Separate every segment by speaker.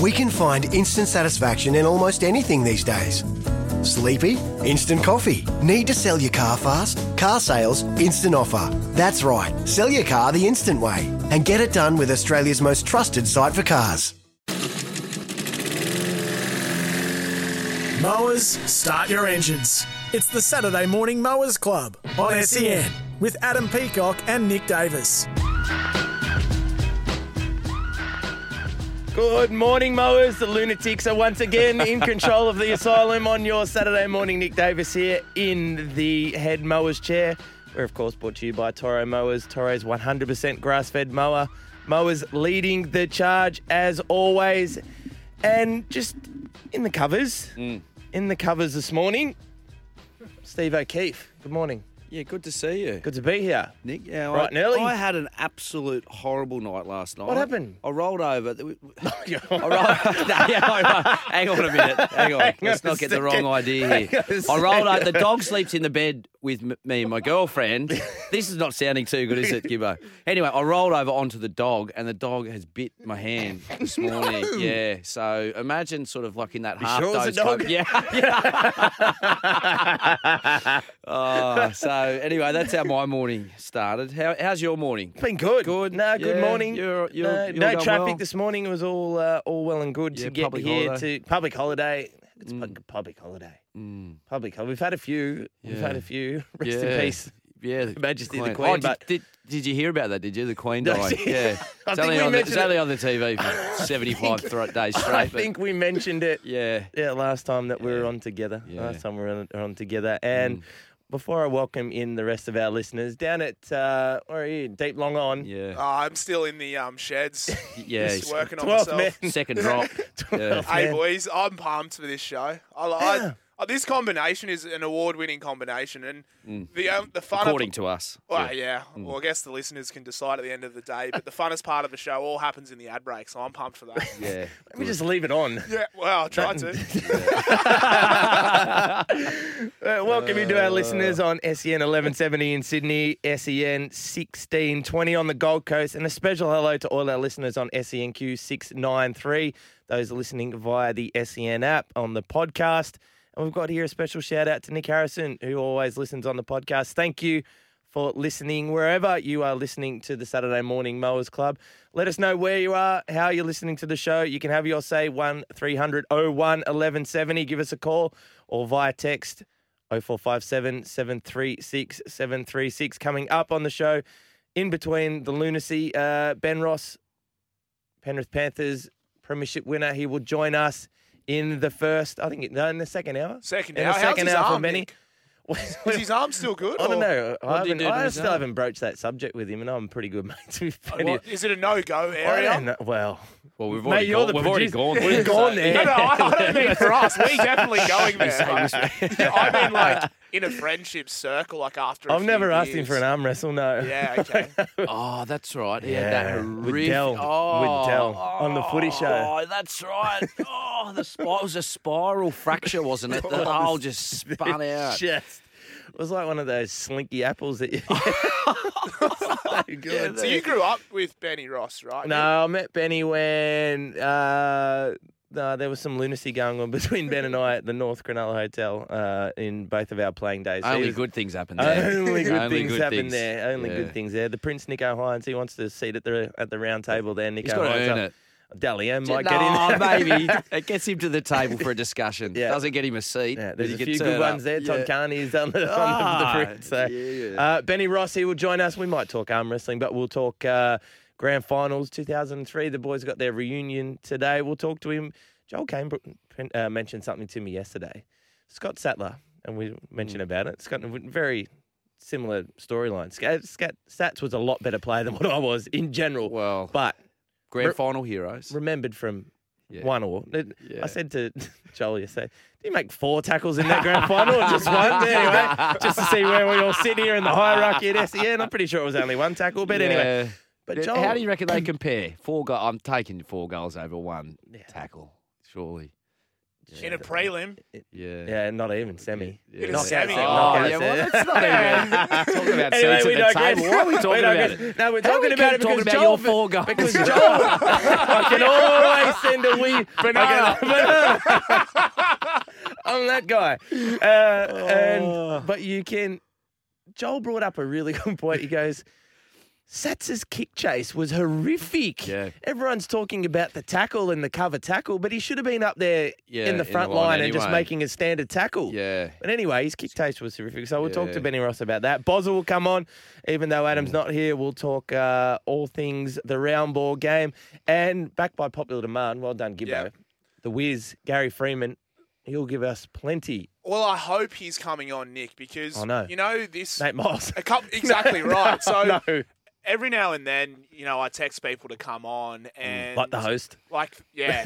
Speaker 1: We can find instant satisfaction in almost anything these days. Sleepy? Instant coffee. Need to sell your car fast? Car sales, instant offer. That's right, sell your car the instant way and get it done with Australia's most trusted site for cars.
Speaker 2: Mowers, start your engines. It's the Saturday Morning Mowers Club on SEN with Adam Peacock and Nick Davis.
Speaker 3: Good morning, mowers. The lunatics are once again in control of the asylum on your Saturday morning. Nick Davis here in the head mower's chair. We're, of course, brought to you by Toro Mowers, Toro's 100% grass fed mower. Mowers leading the charge as always. And just in the covers, in the covers this morning, Steve O'Keefe. Good morning.
Speaker 4: Yeah, good to see you,
Speaker 3: Good to be here.
Speaker 4: Nick. Yeah,
Speaker 3: Right
Speaker 4: I,
Speaker 3: and early.
Speaker 4: I had an absolute horrible night last night.
Speaker 3: What happened?
Speaker 4: I rolled over. There was- I rolled, Yeah, I- hang on a minute. Hang on. Let's
Speaker 3: on a
Speaker 4: not get the
Speaker 3: second.
Speaker 4: wrong idea
Speaker 3: Hang
Speaker 4: here.
Speaker 3: on a
Speaker 4: I rolled over.
Speaker 3: second.
Speaker 4: The dog sleeps in the bed with m- me and my girlfriend. this is not sounding too good, is it, Gibbo? Anyway, I rolled over onto the dog, and the dog has bit my hand this morning. Yeah. So imagine sort of like in that half
Speaker 3: sure it was a
Speaker 4: dose
Speaker 3: dog?
Speaker 4: coat. Yeah. Oh, so anyway, that's how my morning started. How, how's your morning?
Speaker 3: Been good.
Speaker 4: Good.
Speaker 3: No, good
Speaker 4: Yeah,
Speaker 3: morning.
Speaker 4: you're- you're-
Speaker 3: no
Speaker 4: you're
Speaker 3: no
Speaker 4: going
Speaker 3: traffic
Speaker 4: well.
Speaker 3: this morning. It was all uh, all well and good
Speaker 4: Yeah,
Speaker 3: to get
Speaker 4: public
Speaker 3: here
Speaker 4: holiday. Mm.
Speaker 3: to public holiday. It's pub- public holiday. Public holiday. We've had a few. We've had
Speaker 4: Yeah.
Speaker 3: a few. Rest
Speaker 4: Yeah.
Speaker 3: in peace.
Speaker 4: Yeah, the
Speaker 3: Majesty, the
Speaker 4: Oh,
Speaker 3: Queen,
Speaker 4: did,
Speaker 3: but-
Speaker 4: did, did you hear about that? Did you? The Queen
Speaker 3: No,
Speaker 4: died.
Speaker 3: she-
Speaker 4: Yeah,
Speaker 3: I think
Speaker 4: it's, only
Speaker 3: we
Speaker 4: on, the, it's
Speaker 3: mentioned it.
Speaker 4: only on the TV for seventy-five thro- days straight.
Speaker 3: I
Speaker 4: but
Speaker 3: think we mentioned it.
Speaker 4: yeah,
Speaker 3: Yeah, last time that we were on together.
Speaker 4: Yeah. Mm.
Speaker 3: Last time we were on, were on together. And before I welcome in the rest of our listeners, down at, uh, where are you? Deep Long On.
Speaker 4: yeah,
Speaker 5: Oh, I'm still in the um, sheds.
Speaker 4: yeah.
Speaker 5: Just working on
Speaker 3: 12th
Speaker 5: myself.
Speaker 3: man.
Speaker 4: Second drop. Yeah.
Speaker 5: Hey,
Speaker 3: man.
Speaker 5: boys, I'm pumped for this show. I, li- I, uh, this combination is an award-winning combination, and the um, the fun.
Speaker 4: Mm. According to Mm. us.
Speaker 5: well, yeah. Well, I guess the listeners can decide at the end of the day, but the funnest part of the show all happens in the ad break, so I'm pumped for that.
Speaker 4: yeah.
Speaker 3: Let me just leave it on.
Speaker 5: yeah. Well, I tried to.
Speaker 3: Uh, welcome you to our listeners on E SEN 1170 in Sydney, E SEN 1620 on the Gold Coast, and a special hello to all our listeners on E SENQ 693, those listening via the SEN app on the podcast. And we've got here a special shout out to Nick Harrison, who always listens on the podcast. Thank you for listening wherever you are listening to the Saturday Morning Mowers Club. Let us know where you are, how you're listening to the show. You can have your say 1 300 01 1170. Give us a call or via text 0457 736 736. Coming up on the show, in between the lunacy, uh, Ben Ross, Penrith Panthers premiership winner, he will join us in the first, I think, no, in the second hour.
Speaker 5: Second
Speaker 3: In
Speaker 5: hour.
Speaker 3: the
Speaker 5: How's
Speaker 3: second
Speaker 5: his
Speaker 3: hour for
Speaker 5: arm,
Speaker 3: Benny.
Speaker 5: Nick? Is his arm still good?
Speaker 3: I don't
Speaker 5: or-
Speaker 3: know. I,
Speaker 4: What did
Speaker 3: haven't,
Speaker 4: he do to
Speaker 3: I
Speaker 4: his
Speaker 3: still
Speaker 4: arm?
Speaker 3: haven't broached that subject with him, and I'm pretty good mates with Penny.
Speaker 5: Oh, What, is it a no-go
Speaker 3: I
Speaker 5: area?
Speaker 3: don't know. Well,
Speaker 4: Well, we've
Speaker 3: mate,
Speaker 4: already
Speaker 3: you're
Speaker 4: gone.
Speaker 3: the
Speaker 4: We've already
Speaker 3: producer.
Speaker 4: gone.
Speaker 3: We've gone
Speaker 5: No,
Speaker 3: there.
Speaker 5: no, I, I don't mean for us. We definitely going there. but- I mean, like in a friendship circle, like after. i
Speaker 3: I've never asked him for an arm wrestle. No.
Speaker 5: Yeah. Okay.
Speaker 4: Oh, that's right. He had
Speaker 3: Yeah,
Speaker 4: that
Speaker 3: with
Speaker 4: horrific.
Speaker 3: Dell, with
Speaker 4: Oh,
Speaker 3: Dell on the footy show.
Speaker 4: Oh, that's right. Oh, the spi- it was a spiral fracture, wasn't it? The hole just spun out.
Speaker 3: Just it was like one of those slinky apples that you. so good.
Speaker 5: So you grew up with Benny Ross, right?
Speaker 3: No, I met Benny when uh, no, there was some lunacy going on between Ben and I at the North Cronulla Hotel uh, in both of our playing days. So he
Speaker 4: Only
Speaker 3: was-
Speaker 4: good things happen there.
Speaker 3: Only good
Speaker 4: Only
Speaker 3: things
Speaker 4: good
Speaker 3: happen
Speaker 4: things.
Speaker 3: there. Only good
Speaker 4: Yeah.
Speaker 3: things there. The Prince Nico Hines, he wants to seat at the at the round table there. Nico
Speaker 4: He's got to
Speaker 3: Hines
Speaker 4: earn
Speaker 3: up.
Speaker 4: it.
Speaker 3: Dally M might
Speaker 4: no,
Speaker 3: get in. there.
Speaker 4: maybe it gets him to the table for a discussion.
Speaker 3: Yeah.
Speaker 4: Doesn't get him a seat.
Speaker 3: Yeah,
Speaker 4: but
Speaker 3: there's
Speaker 4: he
Speaker 3: a
Speaker 4: can
Speaker 3: few
Speaker 4: turn
Speaker 3: good
Speaker 4: up.
Speaker 3: ones there. Todd
Speaker 4: Yeah.
Speaker 3: Carney's on the, on the,
Speaker 4: Ah,
Speaker 3: the fruit. So,
Speaker 4: yeah.
Speaker 3: uh, Benny Ross, he will join us. We might talk arm wrestling, but we'll talk uh, grand finals 2003. The boys got their reunion today. We'll talk to him. Joel Cambrook uh, mentioned something to me yesterday. Scott Sattler, and we mentioned
Speaker 4: Mm.
Speaker 3: about it. Scott, very similar storyline. Scat, Scat, Sats was a lot better player than what I was in general.
Speaker 4: Well,
Speaker 3: but
Speaker 4: grand
Speaker 3: Re-
Speaker 4: final heroes.
Speaker 3: remembered from
Speaker 4: Yeah.
Speaker 3: one all. It- I
Speaker 4: Yeah.
Speaker 3: said to Joel yesterday, did you make four tackles in that grand final or just one? Anyway, just to see where we all sit here in the hierarchy at SEN. I'm pretty sure it was only one tackle, but anyway.
Speaker 4: Yeah.
Speaker 3: But
Speaker 4: Th-
Speaker 3: Joel,
Speaker 4: how do you reckon they compare? Four go- I'm taking four goals over one tackle. Surely.
Speaker 5: in a prelim.
Speaker 4: Yeah.
Speaker 3: Yeah, not even semi.
Speaker 4: Yeah.
Speaker 5: Not semi.
Speaker 3: semi.
Speaker 5: Oh,
Speaker 4: Oh, yeah, well, that's not even talking about
Speaker 3: Anyway,
Speaker 4: seats
Speaker 3: we
Speaker 4: at the
Speaker 3: digress.
Speaker 4: table. Why are we talking about
Speaker 3: digress.
Speaker 4: it?
Speaker 3: No, we're
Speaker 4: How do
Speaker 3: talking
Speaker 4: we
Speaker 3: about
Speaker 4: keep
Speaker 3: it
Speaker 4: talking
Speaker 3: because
Speaker 4: about
Speaker 3: Joel-
Speaker 4: your four goals.
Speaker 3: Because Joel, I can always send a wee banana. Banana. I'm that guy. Uh, and, but you can. Joel brought up a really good point. He goes, Satz's kick chase was horrific.
Speaker 4: Yeah.
Speaker 3: Everyone's talking about the tackle and the cover tackle, but he should have been up there
Speaker 4: Yeah,
Speaker 3: in the front line, and just
Speaker 4: anyway.
Speaker 3: making a standard tackle.
Speaker 4: Yeah.
Speaker 3: But anyway, his kick taste was terrific. So we'll talk
Speaker 4: Yeah.
Speaker 3: to Benny Ross about that. Bozza will come on, even though
Speaker 5: Mm.
Speaker 3: Adam's not here. We'll talk uh, all things the round ball game. And back by popular demand, well done, Gibbo.
Speaker 5: Yeah.
Speaker 3: The whiz, Gary Freeman, he'll give us plenty.
Speaker 5: Well, I hope he's coming on, Nick, because
Speaker 3: I know.
Speaker 5: you know this.
Speaker 3: Nate Moss.
Speaker 5: A couple, exactly right. So
Speaker 3: no.
Speaker 5: every now and then, you know, I text people to come on and
Speaker 3: Mm. Like the host.
Speaker 5: like yeah,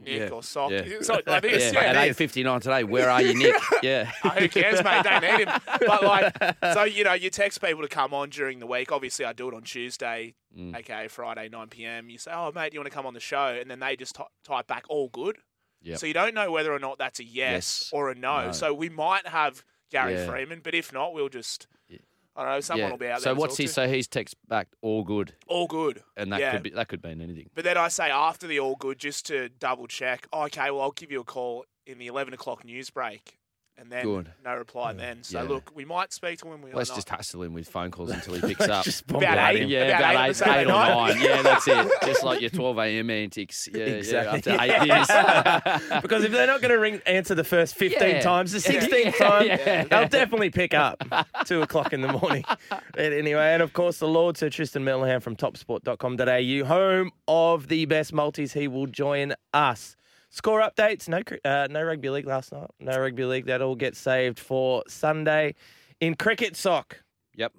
Speaker 5: Nick
Speaker 4: Yeah.
Speaker 5: or Sock.
Speaker 4: Yeah.
Speaker 5: So like
Speaker 4: Yeah,
Speaker 5: this,
Speaker 4: at
Speaker 5: yeah,
Speaker 4: eight fifty nine today, where are you, Nick? Yeah,
Speaker 5: Oh, who cares, mate? Don't need him. But like, so you know, you text people to come on during the week. Obviously, I do it on Tuesday,
Speaker 4: Mm.
Speaker 5: aka Friday, nine pm. You say, "Oh, mate, you want to come on the show?" And then they just ty- type back, "All good."
Speaker 4: Yep.
Speaker 5: So you don't know whether or not that's a yes,
Speaker 4: Yes.
Speaker 5: or a no.
Speaker 4: No.
Speaker 5: So we might have Gary
Speaker 4: Yeah.
Speaker 5: Freeman, but if not, we'll just. I don't know. Someone
Speaker 4: yeah.
Speaker 5: will be out there.
Speaker 4: so
Speaker 5: to
Speaker 4: what's
Speaker 5: talk
Speaker 4: he?
Speaker 5: to.
Speaker 4: So he's text back all good,
Speaker 5: All good.
Speaker 4: and that
Speaker 5: Yeah.
Speaker 4: could be that could mean anything.
Speaker 5: But then I say after the all good, just to double check. "Oh, okay, well I'll give you a call in the eleven o'clock news break, and then
Speaker 4: Good.
Speaker 5: no reply then. So
Speaker 4: Yeah.
Speaker 5: look, we might speak to him. We
Speaker 4: Let's
Speaker 5: might
Speaker 4: just
Speaker 5: not.
Speaker 4: hassle him with phone calls until he picks up.
Speaker 3: Just
Speaker 5: About
Speaker 3: bombard
Speaker 5: eight.
Speaker 3: him.
Speaker 4: Yeah,
Speaker 5: About
Speaker 4: about,
Speaker 5: eight on
Speaker 4: eight,
Speaker 5: Saturday
Speaker 4: eight or
Speaker 5: night.
Speaker 4: nine. Yeah, that's it. Just like your 12 a.m. antics. Yeah,
Speaker 3: Exactly.
Speaker 4: yeah, after eight years.
Speaker 3: Because if they're not going to ring answer the first 15
Speaker 4: Yeah.
Speaker 3: times, the 16th
Speaker 4: Yeah.
Speaker 3: time,
Speaker 4: Yeah.
Speaker 3: they'll definitely pick up. Two o'clock in the morning. But anyway, and of course, the Lord Sir Tristan Millihan from topsport.com.au, home of the best multis, he will join us. Score updates no, cri- uh, no rugby league last night. No rugby league. That all gets saved for Sunday. In cricket sock,
Speaker 4: yep.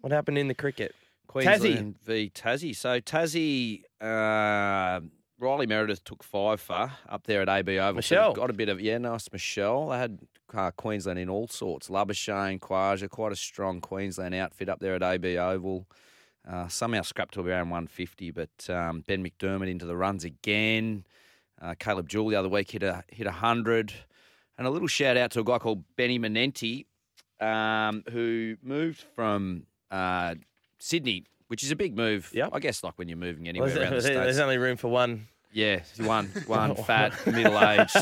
Speaker 3: what happened in the cricket?
Speaker 4: Queensland v Tassie. So Tassie, uh, Riley Meredith took five for up there at AB Oval. So
Speaker 3: Michelle.
Speaker 4: got a bit of yeah, nice Michelle. They had uh, Queensland in all sorts. Lubbershane, Quasia, quite a strong Queensland outfit up there at AB Oval. Uh, somehow scrapped to around 150, but um, Ben McDermott into the runs again. Uh, Caleb Jewell the other week hit a hit a hundred, and a little shout out to a guy called Benny Manenti, um, who moved from uh, Sydney, which is a big move.
Speaker 3: Yep.
Speaker 4: I guess like when you're moving
Speaker 3: Well,
Speaker 4: anywhere
Speaker 3: there's,
Speaker 4: around the states.
Speaker 3: there's only room for one.
Speaker 4: Yeah, one, one fat, middle aged,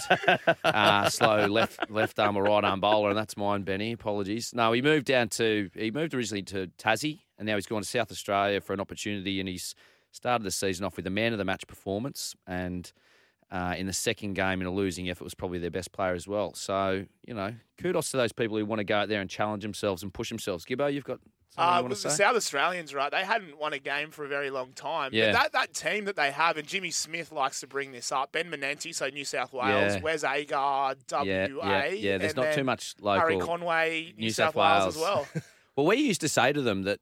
Speaker 4: uh, slow left left arm or right arm bowler, and that's mine, Benny. Apologies. No, he moved down to he moved originally to Tassie, and now he's gone to South Australia for an opportunity, and he's started the season off with a man of the match performance, and uh, in the second game in a losing effort was probably their best player as well. So you know, kudos to those people who want to go out there and challenge themselves and push themselves. Gibbo, you've got. something
Speaker 5: Uh,
Speaker 4: you
Speaker 5: it
Speaker 4: want
Speaker 5: was
Speaker 4: to
Speaker 5: the
Speaker 4: say?
Speaker 5: South Australians, right? They hadn't won a game for a very long time.
Speaker 4: Yeah.
Speaker 5: But that, that team that they have, and Jimmy Smith likes to bring this up. Ben Menenti, so New South Wales.
Speaker 4: Yeah.
Speaker 5: Wes Agar,
Speaker 4: yeah,
Speaker 5: WA.
Speaker 4: yeah, yeah. There's
Speaker 5: and
Speaker 4: not too
Speaker 5: then
Speaker 4: much
Speaker 5: Harry
Speaker 4: local.
Speaker 5: Conway, New,
Speaker 4: New
Speaker 5: South,
Speaker 4: South
Speaker 5: Wales. as well.
Speaker 4: Wales. Well, we used to say to them that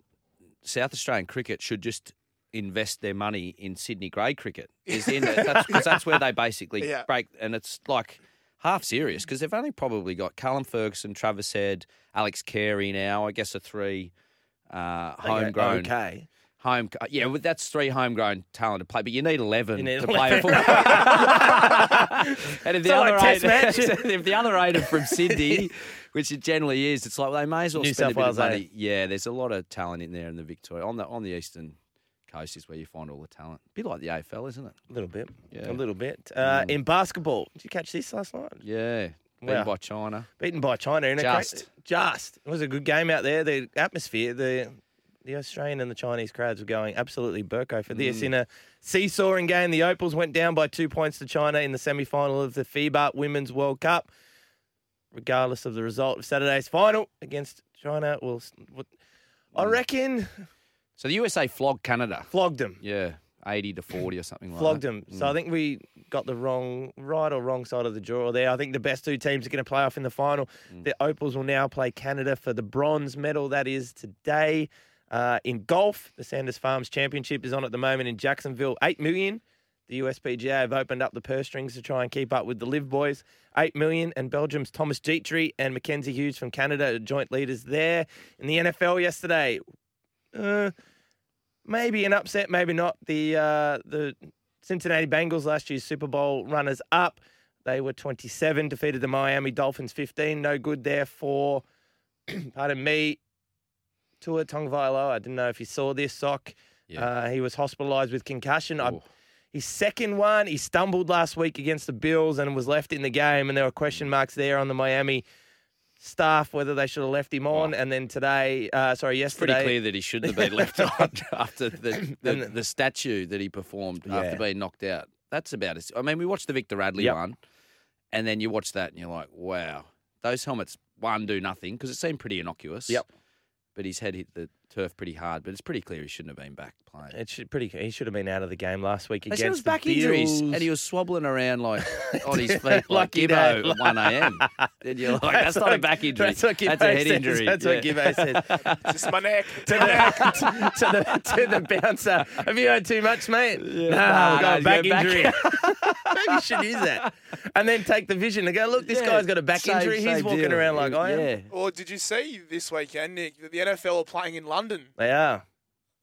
Speaker 4: South Australian cricket should just invest their money in Sydney grade cricket. Is in that's, 'cause that's where they basically
Speaker 5: Yeah.
Speaker 4: break, and it's like half serious because they've only probably got Callum Ferguson, Travis Head, Alex Carey now. I guess are three uh, homegrown.
Speaker 3: Okay.
Speaker 4: Home, yeah, well, that's three homegrown talented play, but you need eleven
Speaker 3: You need
Speaker 4: to
Speaker 3: 11.
Speaker 4: play a football. and if the
Speaker 3: It's not
Speaker 4: other
Speaker 3: like
Speaker 4: eight,
Speaker 3: Test match.
Speaker 4: if the other eight are from Sydney, which it generally is, it's like well, they may as well
Speaker 3: New
Speaker 4: spend
Speaker 3: South
Speaker 4: a bit
Speaker 3: Wales eh?
Speaker 4: of money. Yeah, there's a lot of talent in there in the Victoria on the on the eastern coast is where you find all the talent. bit like the AFL, isn't it?
Speaker 3: A little bit.
Speaker 4: Yeah. Mm.
Speaker 3: A little bit. Uh, In basketball, did you catch this last night?
Speaker 4: Yeah, beaten
Speaker 3: Wow.
Speaker 4: by China.
Speaker 3: beaten by China in a
Speaker 4: Just.
Speaker 3: cra- just. It was a good game out there. The atmosphere, the the Australian and the Chinese crowds were going absolutely burko for
Speaker 4: Mm.
Speaker 3: this. In a seesawing game, the Opals went down by two points to China in the semi final of the FIBA Women's World Cup. Regardless of the result of Saturday's final against China, will s- what- I
Speaker 4: Mm.
Speaker 3: reckon
Speaker 4: So the USA flogged Canada.
Speaker 3: flogged them.
Speaker 4: Yeah, eighty to forty or something like
Speaker 3: Flogged
Speaker 4: that.
Speaker 3: them. So I think we got the wrong, right or wrong side of the draw there. I think the best two teams are going to play off in the final. The Opals will now play Canada for the bronze medal. That is today. Uh, in golf, the Sanders Farms Championship is on at the moment in Jacksonville. Eight million. The USPGA have opened up the purse strings to try and keep up with the Live Boys. Eight million. And Belgium's Thomas Dietrich and Mackenzie Hughes from Canada are joint leaders there. In the NFL yesterday, uh, maybe an upset, maybe not. The uh, the Cincinnati Bengals last year's Super Bowl runners up They were 27, defeated the Miami Dolphins 15. No good there for, pardon me, Tua Tongvailoa. I didn't know if you saw this, Sock.
Speaker 4: Yeah.
Speaker 3: Uh, he was hospitalised with concussion. I,
Speaker 4: Oh.
Speaker 3: his second one, he stumbled last week against the Bills and was left in the game, and there were question
Speaker 4: Mm.
Speaker 3: marks there on the Miami staff whether they should have left him on. And then today, uh, sorry,
Speaker 4: Pretty
Speaker 3: yesterday,
Speaker 4: clear that he shouldn't have been left on after the,
Speaker 3: And
Speaker 4: the,
Speaker 3: then-
Speaker 4: the statue that he performed after
Speaker 3: Yeah.
Speaker 4: being knocked out. That's about it. I mean, we watched the Victor Radley
Speaker 3: Yep.
Speaker 4: one, and then you watch that and you're like, wow, those helmets, one, do nothing because it seemed pretty innocuous.
Speaker 3: Yep.
Speaker 4: But his head hit the turf pretty hard, but it's pretty clear he shouldn't have been back playing.
Speaker 3: it should pretty. He should have been out of the game last week
Speaker 4: They
Speaker 3: against
Speaker 4: said it was
Speaker 3: the
Speaker 4: back
Speaker 3: Bills.
Speaker 4: injuries, and he was swabbling around like on his feet, like
Speaker 3: Lucky
Speaker 4: Gibbo
Speaker 3: day.
Speaker 4: at one a.m. And you're like, that's, not a
Speaker 3: what-
Speaker 4: back injury. That's,
Speaker 3: That's what Gibbo
Speaker 4: a head
Speaker 3: says.
Speaker 4: injury.
Speaker 3: That's what
Speaker 4: Yeah.
Speaker 3: Gibbo says.
Speaker 5: It's just my neck.
Speaker 3: to the, to the to the bouncer. Have you had too much, mate?
Speaker 4: Nah,
Speaker 3: Nah, I've got
Speaker 4: no,
Speaker 3: a back
Speaker 4: you got
Speaker 3: injury. Maybe you should use that, and then take the vision and go. Look, this
Speaker 4: Yeah,
Speaker 3: guy's got a back
Speaker 4: same-
Speaker 3: injury. He's
Speaker 4: same
Speaker 3: walking
Speaker 4: deal.
Speaker 3: around like I am.
Speaker 4: Yeah.
Speaker 5: Or did you see this weekend, Nick, that the NFL are playing in London?
Speaker 3: They are.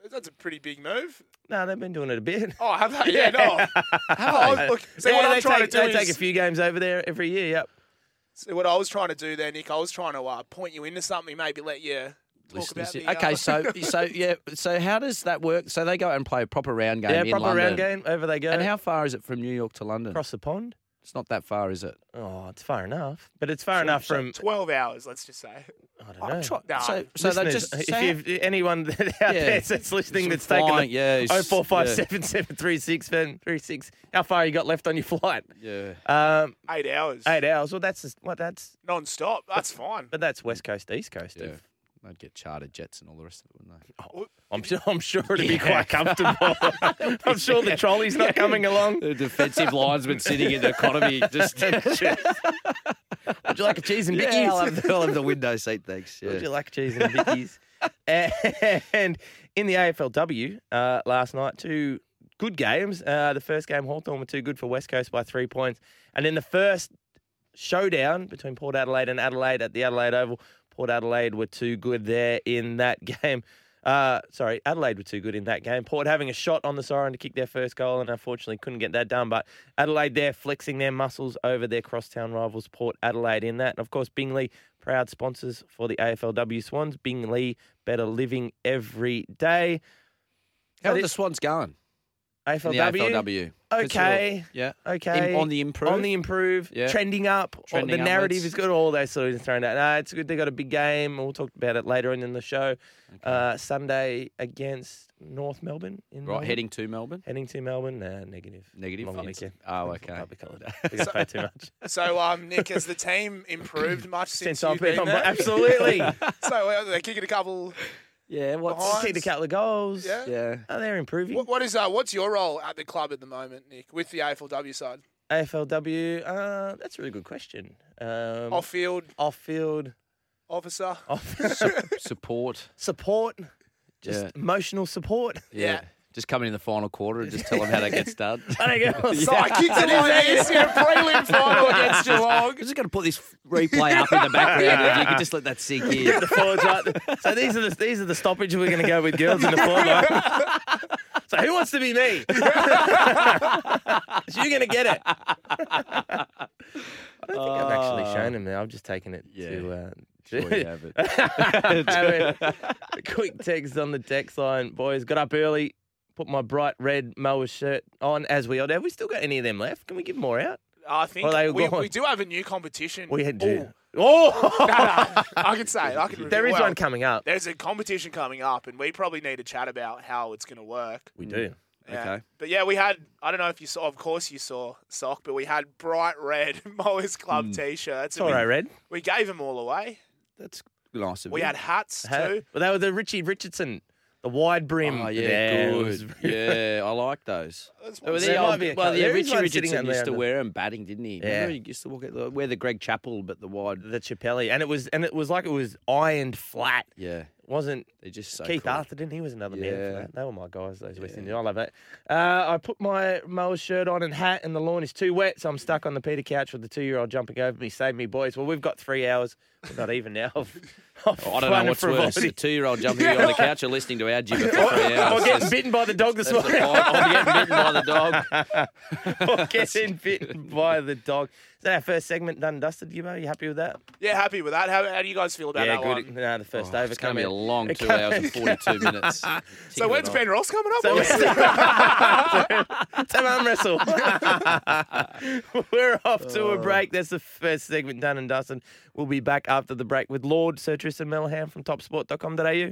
Speaker 5: That's a pretty big move.
Speaker 3: No, they've been doing it a bit.
Speaker 5: Oh, have they? Yeah, no. Oh, look, see,
Speaker 3: Yeah,
Speaker 5: what
Speaker 3: they
Speaker 5: I'm trying
Speaker 3: take,
Speaker 5: to do
Speaker 3: they take
Speaker 5: is-
Speaker 3: a few games over there every year. Yep.
Speaker 5: see, what I was trying to do there, Nick, I was trying to uh, point you into something, maybe let you talk
Speaker 4: Listeners.
Speaker 5: about the, uh,
Speaker 4: okay, so so yeah, so how does that work? So they go out and play a proper round game
Speaker 3: Yeah,
Speaker 4: in
Speaker 3: proper
Speaker 4: London.
Speaker 3: round game over they go.
Speaker 4: And how far is it from New York to London?
Speaker 3: across the pond?
Speaker 4: It's not that far, is it?
Speaker 3: Oh, it's far enough, but it's far enough
Speaker 5: so
Speaker 3: from
Speaker 5: 12 hours, let's just say.
Speaker 3: I don't know.
Speaker 4: I'm try-
Speaker 5: Nah.
Speaker 4: So, so they
Speaker 3: Ah, Listeners,
Speaker 4: just
Speaker 3: if
Speaker 4: so how-
Speaker 3: you've, anyone that out
Speaker 4: Yeah.
Speaker 3: there that's listening
Speaker 4: Just
Speaker 3: that's taken
Speaker 4: flying, yeah,
Speaker 3: the
Speaker 4: it's-
Speaker 3: oh four five seven seven three six seven three six, how far you got left on your flight?
Speaker 4: yeah.
Speaker 3: Um,
Speaker 5: Eight hours.
Speaker 3: eight hours. Well, that's just- well, that's
Speaker 5: Non stop. That's fine.
Speaker 3: but that's West Coast East Coast.
Speaker 4: yeah.
Speaker 3: If-
Speaker 4: They'd get chartered jets and all the rest of it, wouldn't they?
Speaker 3: I'm sure I'm sure it'd be quite comfortable. I'm sure the trolley's not coming along.
Speaker 4: The defensive linesman sitting in the economy just.
Speaker 3: Would you like a cheese and
Speaker 4: yeah, I'll
Speaker 3: bickies?
Speaker 4: have, the, I'll have the window seat, thanks. Yeah.
Speaker 3: Would you like cheese and bickies? and in the AFLW uh, last night, two good games. Uh, the first game, Hawthorn were too good for West Coast by three points. And in the first showdown between Port Adelaide and Adelaide at the Adelaide Oval, Port Adelaide were too good there in that game. Uh, sorry, Adelaide were too good in that game. Port having a shot on the siren to kick their first goal and unfortunately couldn't get that done. But Adelaide there flexing their muscles over their crosstown rivals, Port Adelaide, in that. And of course, Bingley, proud sponsors for the AFLW Swans. Bingley, better living every day.
Speaker 4: How are the Swans going? In the
Speaker 3: AFLW?
Speaker 4: AFLW.
Speaker 3: Okay.
Speaker 4: Yeah.
Speaker 3: Okay.
Speaker 4: In- on the improve.
Speaker 3: On the improve.
Speaker 4: Yeah.
Speaker 3: Trending up. Or
Speaker 4: Trending
Speaker 3: the narrative
Speaker 4: upwards.
Speaker 3: is good. All those sort of things thrown out. No, it's good. They got a big game. We'll talk about it later on in the show. Uh, Sunday against North Melbourne. In
Speaker 4: Right,
Speaker 3: Melbourne.
Speaker 4: heading to Melbourne.
Speaker 3: Heading to Melbourne. Nah, negative.
Speaker 4: Negative?
Speaker 3: Long
Speaker 4: Fuck.
Speaker 3: weekend.
Speaker 4: Oh,
Speaker 3: Fucking
Speaker 4: okay.
Speaker 3: Public holiday. We got to pay too much.
Speaker 5: So, um, Nick, has the team improved much since,
Speaker 3: Since I've
Speaker 5: you've
Speaker 3: been on,
Speaker 5: there?
Speaker 3: absolutely.
Speaker 5: So uh, they're kicking a couple.
Speaker 4: Yeah.
Speaker 5: what's-
Speaker 3: Kicked a couple of goals.
Speaker 5: Yeah.
Speaker 4: Yeah.
Speaker 3: Oh, they're improving.
Speaker 5: What, what is uh, what's your role at the club at the moment, Nick, with the AFLW side?
Speaker 3: AFLW. Uh, that's a really good question. Um,
Speaker 5: Off field
Speaker 3: off field.
Speaker 5: officer.
Speaker 3: Off
Speaker 4: Support.
Speaker 3: support. Just
Speaker 4: Yeah.
Speaker 3: emotional support.
Speaker 4: Yeah.
Speaker 5: Yeah.
Speaker 4: Just come in in the final quarter and just tell them how that gets done.
Speaker 3: I don't know.
Speaker 5: So I kicked it in the ASM prelim final against Geelong.
Speaker 4: I'm just going to put this replay up in the background. and you can just let that sink in.
Speaker 3: the forwards, right? So these are the these are the stoppage we're going to go with girls in the forward line. So who wants to be me? so you're going to get it. I don't think I've actually shown him now. I've just taken it to.
Speaker 4: Yeah.
Speaker 3: Uh,
Speaker 4: Sure
Speaker 3: to-
Speaker 4: you have it.
Speaker 3: I mean, quick text on the text line, boys. Got up early, put my bright red mower shirt on as we all do. Have we still got any of them left? Can we give more out?
Speaker 5: I think
Speaker 3: Well, they were
Speaker 5: we,
Speaker 3: gone.
Speaker 5: we do have a new competition.
Speaker 3: We had
Speaker 5: Ooh,
Speaker 3: to. Oh,
Speaker 5: no, no, I can say it, I can.
Speaker 3: there is
Speaker 5: well,
Speaker 3: one coming up.
Speaker 5: There's a competition coming up, and we probably need to chat about how it's going to work.
Speaker 3: We do.
Speaker 5: Yeah.
Speaker 4: Okay.
Speaker 5: But yeah, we had, I don't know if you saw, of course you saw, Sock, but we had bright red Mowers Club t shirts.
Speaker 3: Hmm. It's all right, Red.
Speaker 5: We gave them all away.
Speaker 4: That's nice of
Speaker 5: We
Speaker 4: you.
Speaker 5: had hats
Speaker 3: Huh?
Speaker 5: too.
Speaker 3: Well, they were the Richie Richardson, the wide brim.
Speaker 4: Oh, yeah,
Speaker 3: There was-
Speaker 4: good. yeah, I like those.
Speaker 5: That's
Speaker 4: Well,
Speaker 5: what-
Speaker 3: There
Speaker 4: the
Speaker 3: might
Speaker 4: old,
Speaker 3: be a
Speaker 4: well,
Speaker 3: couple-
Speaker 4: yeah,
Speaker 3: there is
Speaker 4: Richie
Speaker 3: one sitting
Speaker 4: Richardson
Speaker 3: out
Speaker 4: used
Speaker 3: there
Speaker 4: to
Speaker 3: in the-
Speaker 4: wear them batting, didn't he? Remember
Speaker 3: Yeah.
Speaker 4: he used to walk at the, wear the Greg Chappell, but the wide.
Speaker 3: The Chappelli, and it was and it was like it was ironed flat.
Speaker 4: Yeah.
Speaker 3: wasn't
Speaker 4: They're just so
Speaker 3: Keith
Speaker 4: cool.
Speaker 3: Arthur, didn't he? Was another man for
Speaker 4: Yeah.
Speaker 3: that. They were my guys, those West
Speaker 4: Yeah.
Speaker 3: Indians. I love that. Uh, I put my Moa's shirt on and hat, and the lawn is too wet, so I'm stuck on the Peter couch with the two year old jumping over me. Save me, boys. Well, we've got three hours. We're not even now. Of, of
Speaker 4: Oh, I
Speaker 3: fun
Speaker 4: don't know
Speaker 3: and
Speaker 4: what's worse:
Speaker 3: frivolity.
Speaker 4: a two-year-old jumping on the couch or listening to our gibber for three hours.
Speaker 3: Or getting
Speaker 4: That's-
Speaker 3: bitten by the dog this
Speaker 4: that's
Speaker 3: morning.
Speaker 4: the- or- or getting bitten by the dog.
Speaker 3: Or getting bitten by the dog. Is that our first segment done and dusted, Gibbo? you happy with that?
Speaker 5: Yeah, happy with that. How, how do you guys feel about that
Speaker 3: good.
Speaker 5: one?
Speaker 3: No, the first
Speaker 4: Oh,
Speaker 3: over.
Speaker 4: it's going
Speaker 3: come
Speaker 4: to be a
Speaker 3: in.
Speaker 4: long
Speaker 3: It
Speaker 4: two
Speaker 3: come-
Speaker 4: hours and 42 minutes.
Speaker 5: So when's Ben Ross coming up?
Speaker 3: So
Speaker 5: boys?
Speaker 3: it's an arm wrestle. We're off to
Speaker 4: Oh.
Speaker 3: a break. That's the first segment done and dusted. We'll be back after the break with Lord Sir Tristan Melham from topsport.com.au.